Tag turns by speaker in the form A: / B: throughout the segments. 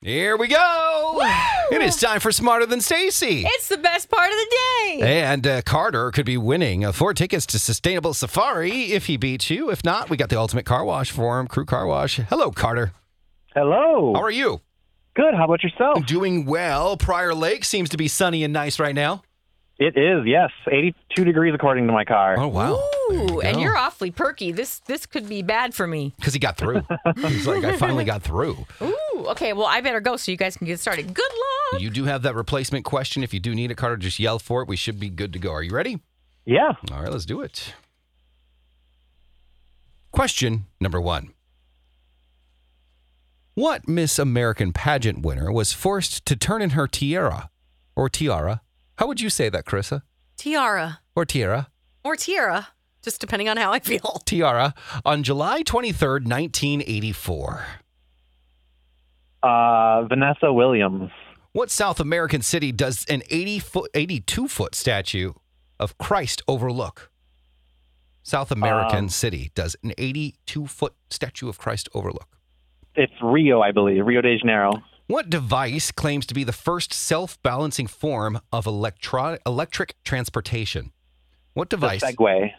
A: Here we go.
B: Woo!
A: It is time for Smarter Than Stacy.
B: It's the best part of the day.
A: And uh, Carter could be winning uh, four tickets to Sustainable Safari if he beats you. If not, we got the ultimate car wash for him, Crew Car Wash. Hello, Carter.
C: Hello.
A: How are you?
C: Good. How about
B: Oh.
C: yourself?
A: Doing well. Prior Lake seems to be sunny and nice right now.
C: It is, yes. 82 degrees according to my car.
A: Oh, wow.
B: Ooh, and you're awfully perky. This this could be bad for me.
A: Because he got through. He's like, I finally got through.
B: Ooh, okay. Well, I better go so you guys can get started. Good luck.
A: You do have that replacement question. If you do need it, Carter, just yell for it. We should be good to go. Are you ready?
C: Yeah.
A: All right, let's do it. Question number one What Miss American pageant winner was forced to turn in her tiara or tiara? How would you say that, Carissa?
D: Tiara
A: Or tiara?
D: or tiara, just depending on how I feel.
A: Tiara on July 23rd, 1984.
C: Uh, Vanessa Williams.
A: What South American city does an 80 foot, 82 foot statue of Christ overlook? South American
C: Um,
A: city does an 82 foot statue of Christ overlook.
C: It's Rio, I believe. Rio de Janeiro.
A: What device claims to be the first self balancing form of electro- electric transportation? What device?
C: The Segway.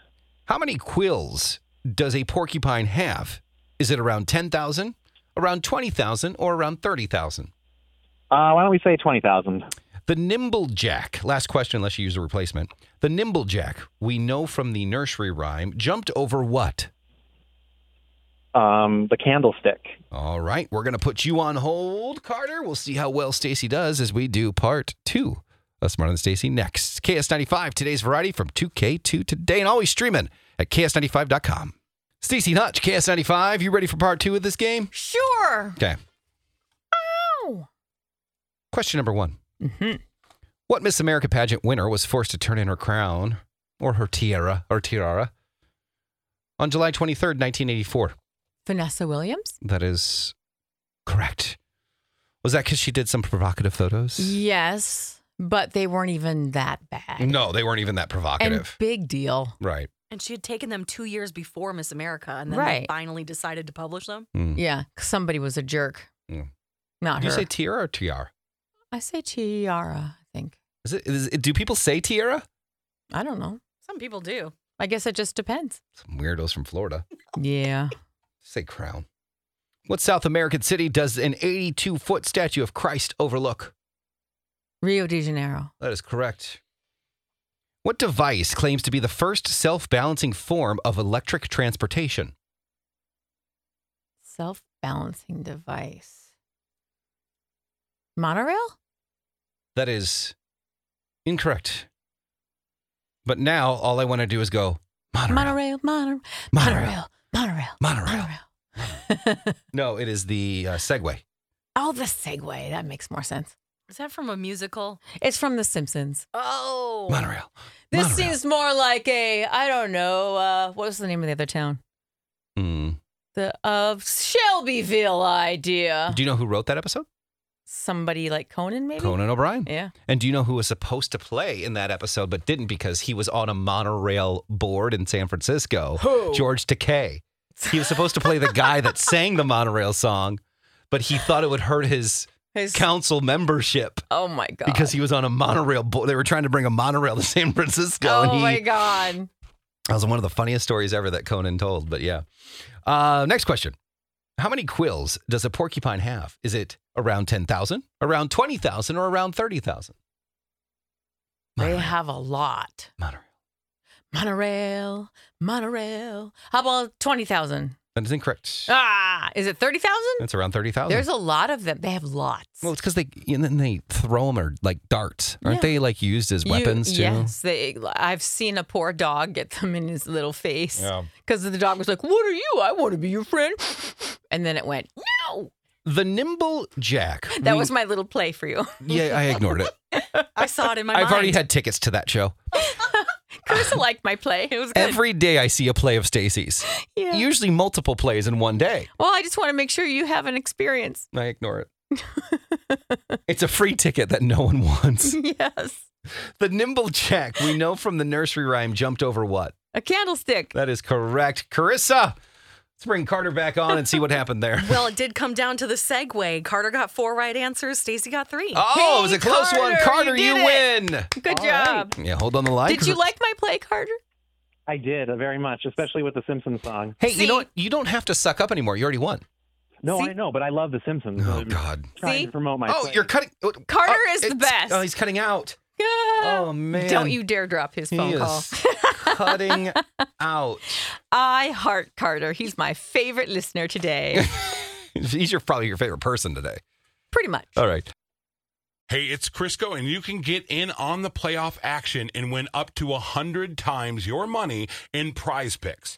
A: How many quills does a porcupine have? Is it around 10,000, around 20,000, or around 30,000?
C: Uh, why don't we say 20,000?
A: The nimble jack, last question, unless you use a replacement. The nimble jack, we know from the nursery rhyme, jumped over what?
C: Um, the candlestick.
A: All right, we're going to put you on hold, Carter. We'll see how well Stacy does as we do part two of Smarter Than Stacy next. KS95, today's variety from 2K2 today, and always streaming at KS95.com. Stacy Hutch, KS95, you ready for part two of this game?
B: Sure.
A: Okay.
B: Oh.
A: Question number one
B: Mhm.
A: What Miss America pageant winner was forced to turn in her crown or her tiara or tiara on July 23rd, 1984?
B: Vanessa Williams.
A: That is correct. Was that because she did some provocative photos?
B: Yes, but they weren't even that bad.
A: No, they weren't even that
B: And
A: provocative.
B: big deal.
A: right.
D: And she had taken them two years before Miss America, and then
B: Right.
D: they finally decided to publish them.
A: Mm.
B: Yeah, 'cause somebody was a jerk.
A: Mm.
B: Not
A: Do you
B: her.
A: say tiara or tiara?
B: I say tiara. I think.
A: Is it, is it, do people say tiara?
B: I don't know.
D: Some people do.
B: I guess it just depends.
A: Some weirdos from Florida.
B: Yeah.
A: Say crown. What South American city does an 82 foot statue of Christ overlook?
B: Rio de Janeiro.
A: That is correct. What device claims to be the first self balancing form of electric transportation?
B: Self balancing device. Monorail?
A: That is incorrect. But now all I want to do is go monorail.
B: Monorail, monorail,
A: Monorail.
B: monorail, monorail,
A: Monorail.
B: monorail.
A: No, it is the uh, Segway.
B: oh, the segue. That makes more sense.
D: Is that from a musical?
B: It's from The Simpsons.
D: Oh,
A: Monorail.
B: This
A: Monorail.
B: seems more like a, I don't know, uh, what was the name of the other town?
A: Mm.
B: The of Shelbyville idea.
A: Do you know who wrote that episode?
B: Somebody like Conan, maybe?
A: Conan O'Brien.
B: Yeah.
A: And do you know who was supposed to play in that episode but didn't because he was on a monorail board in San Francisco?
B: Who?
A: George Takei. He was supposed to play the guy that sang the monorail song, but he thought it would hurt his
B: His-
A: council membership
B: oh my God.
A: because he uh, was on a monorail board. They were trying to bring a monorail to San Francisco.
B: Oh
A: and he,
B: my God.
A: That was one of the funniest stories ever that Conan told. But yeah. Uh, next question. How many quills does a porcupine have? Is it around 10,000, around 20,000, or around 30,000?
B: They
A: Monorail.
B: have a lot.
A: Monorail.
B: Monorail, monorail. How about 20,000?
A: That is incorrect.
B: Ah, is it 30,000?
A: That's around 30,000.
B: There's a lot of them. They have lots.
A: Oh. well, it's because they and then they throw them or like darts, aren't
B: Yeah.
A: they? Like used as
B: You-
A: weapons too.
B: Yes, they, I've seen a poor dog get them in his little face
A: Yeah.
B: because the dog was like, "What are you? I want to be your friend," and then it went, "No."
A: The nimble jack.
B: That
A: we-
B: was my little play for you.
A: yeah. I ignored it.
D: I saw it in my
A: I've
D: mind.
A: already had tickets to that show.
B: Carissa liked my play. It was good.
A: Every day I see a play of Stacy's.
B: Yeah.
A: Usually multiple plays in one day.
B: well, I just want to make sure you have an experience.
A: I ignore it. it's a free ticket that no one wants.
B: yes,
A: The nimble jack we know from the nursery rhyme jumped over what?
B: a candlestick.
A: That is correct. Carissa, Let's bring Carter back on and see what happened there.
D: Well, it did come down to the segue. Carter got four right answers. Stacy got three.
A: Oh, it was
B: Hey,
A: a close one.
B: Carter,
A: Carter,
B: you
A: you, win.
B: Good
D: All
B: job.
A: Yeah, hold on the line.
B: Did
A: 'cause
B: you
A: it-
B: like my play, Carter?
C: I did uh, very much, especially with the Simpsons song.
A: Hey, you know
B: See?
A: what? You don't have to suck up anymore. You already won.
C: No,
B: See?
C: I know, but I love the Simpsons.
A: Oh
C: I'm
A: God.
C: Trying
B: See?
C: to promote my.
A: Oh,
C: play.
A: you're cutting. oh,
B: Carter
A: oh,
B: is the
A: it's-
B: best.
A: Oh, he's cutting out.
B: Yeah.
A: Oh man.
B: Don't you dare drop his
A: He
B: phone
A: is
B: call.
A: cutting out.
B: I heart Carter. He's my favorite listener today.
A: He's your probably your favorite person today.
B: Pretty much.
A: All right.
E: Hey, it's Crisco, and you can get in on the playoff action and win up to 100 times your money in prize picks.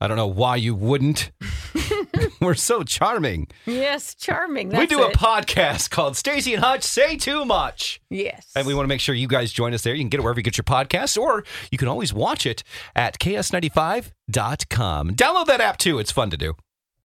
A: I don't know why you wouldn't. We're so charming.
B: Yes, charming. That's
A: we do
B: it.
A: a podcast called Stacy and Hutch Say Too Much.
B: yes.
A: And we want to make sure you guys join us there. You can get it wherever you get your podcasts, or you can always watch it at ks95.com. Download that app too. It's fun to do.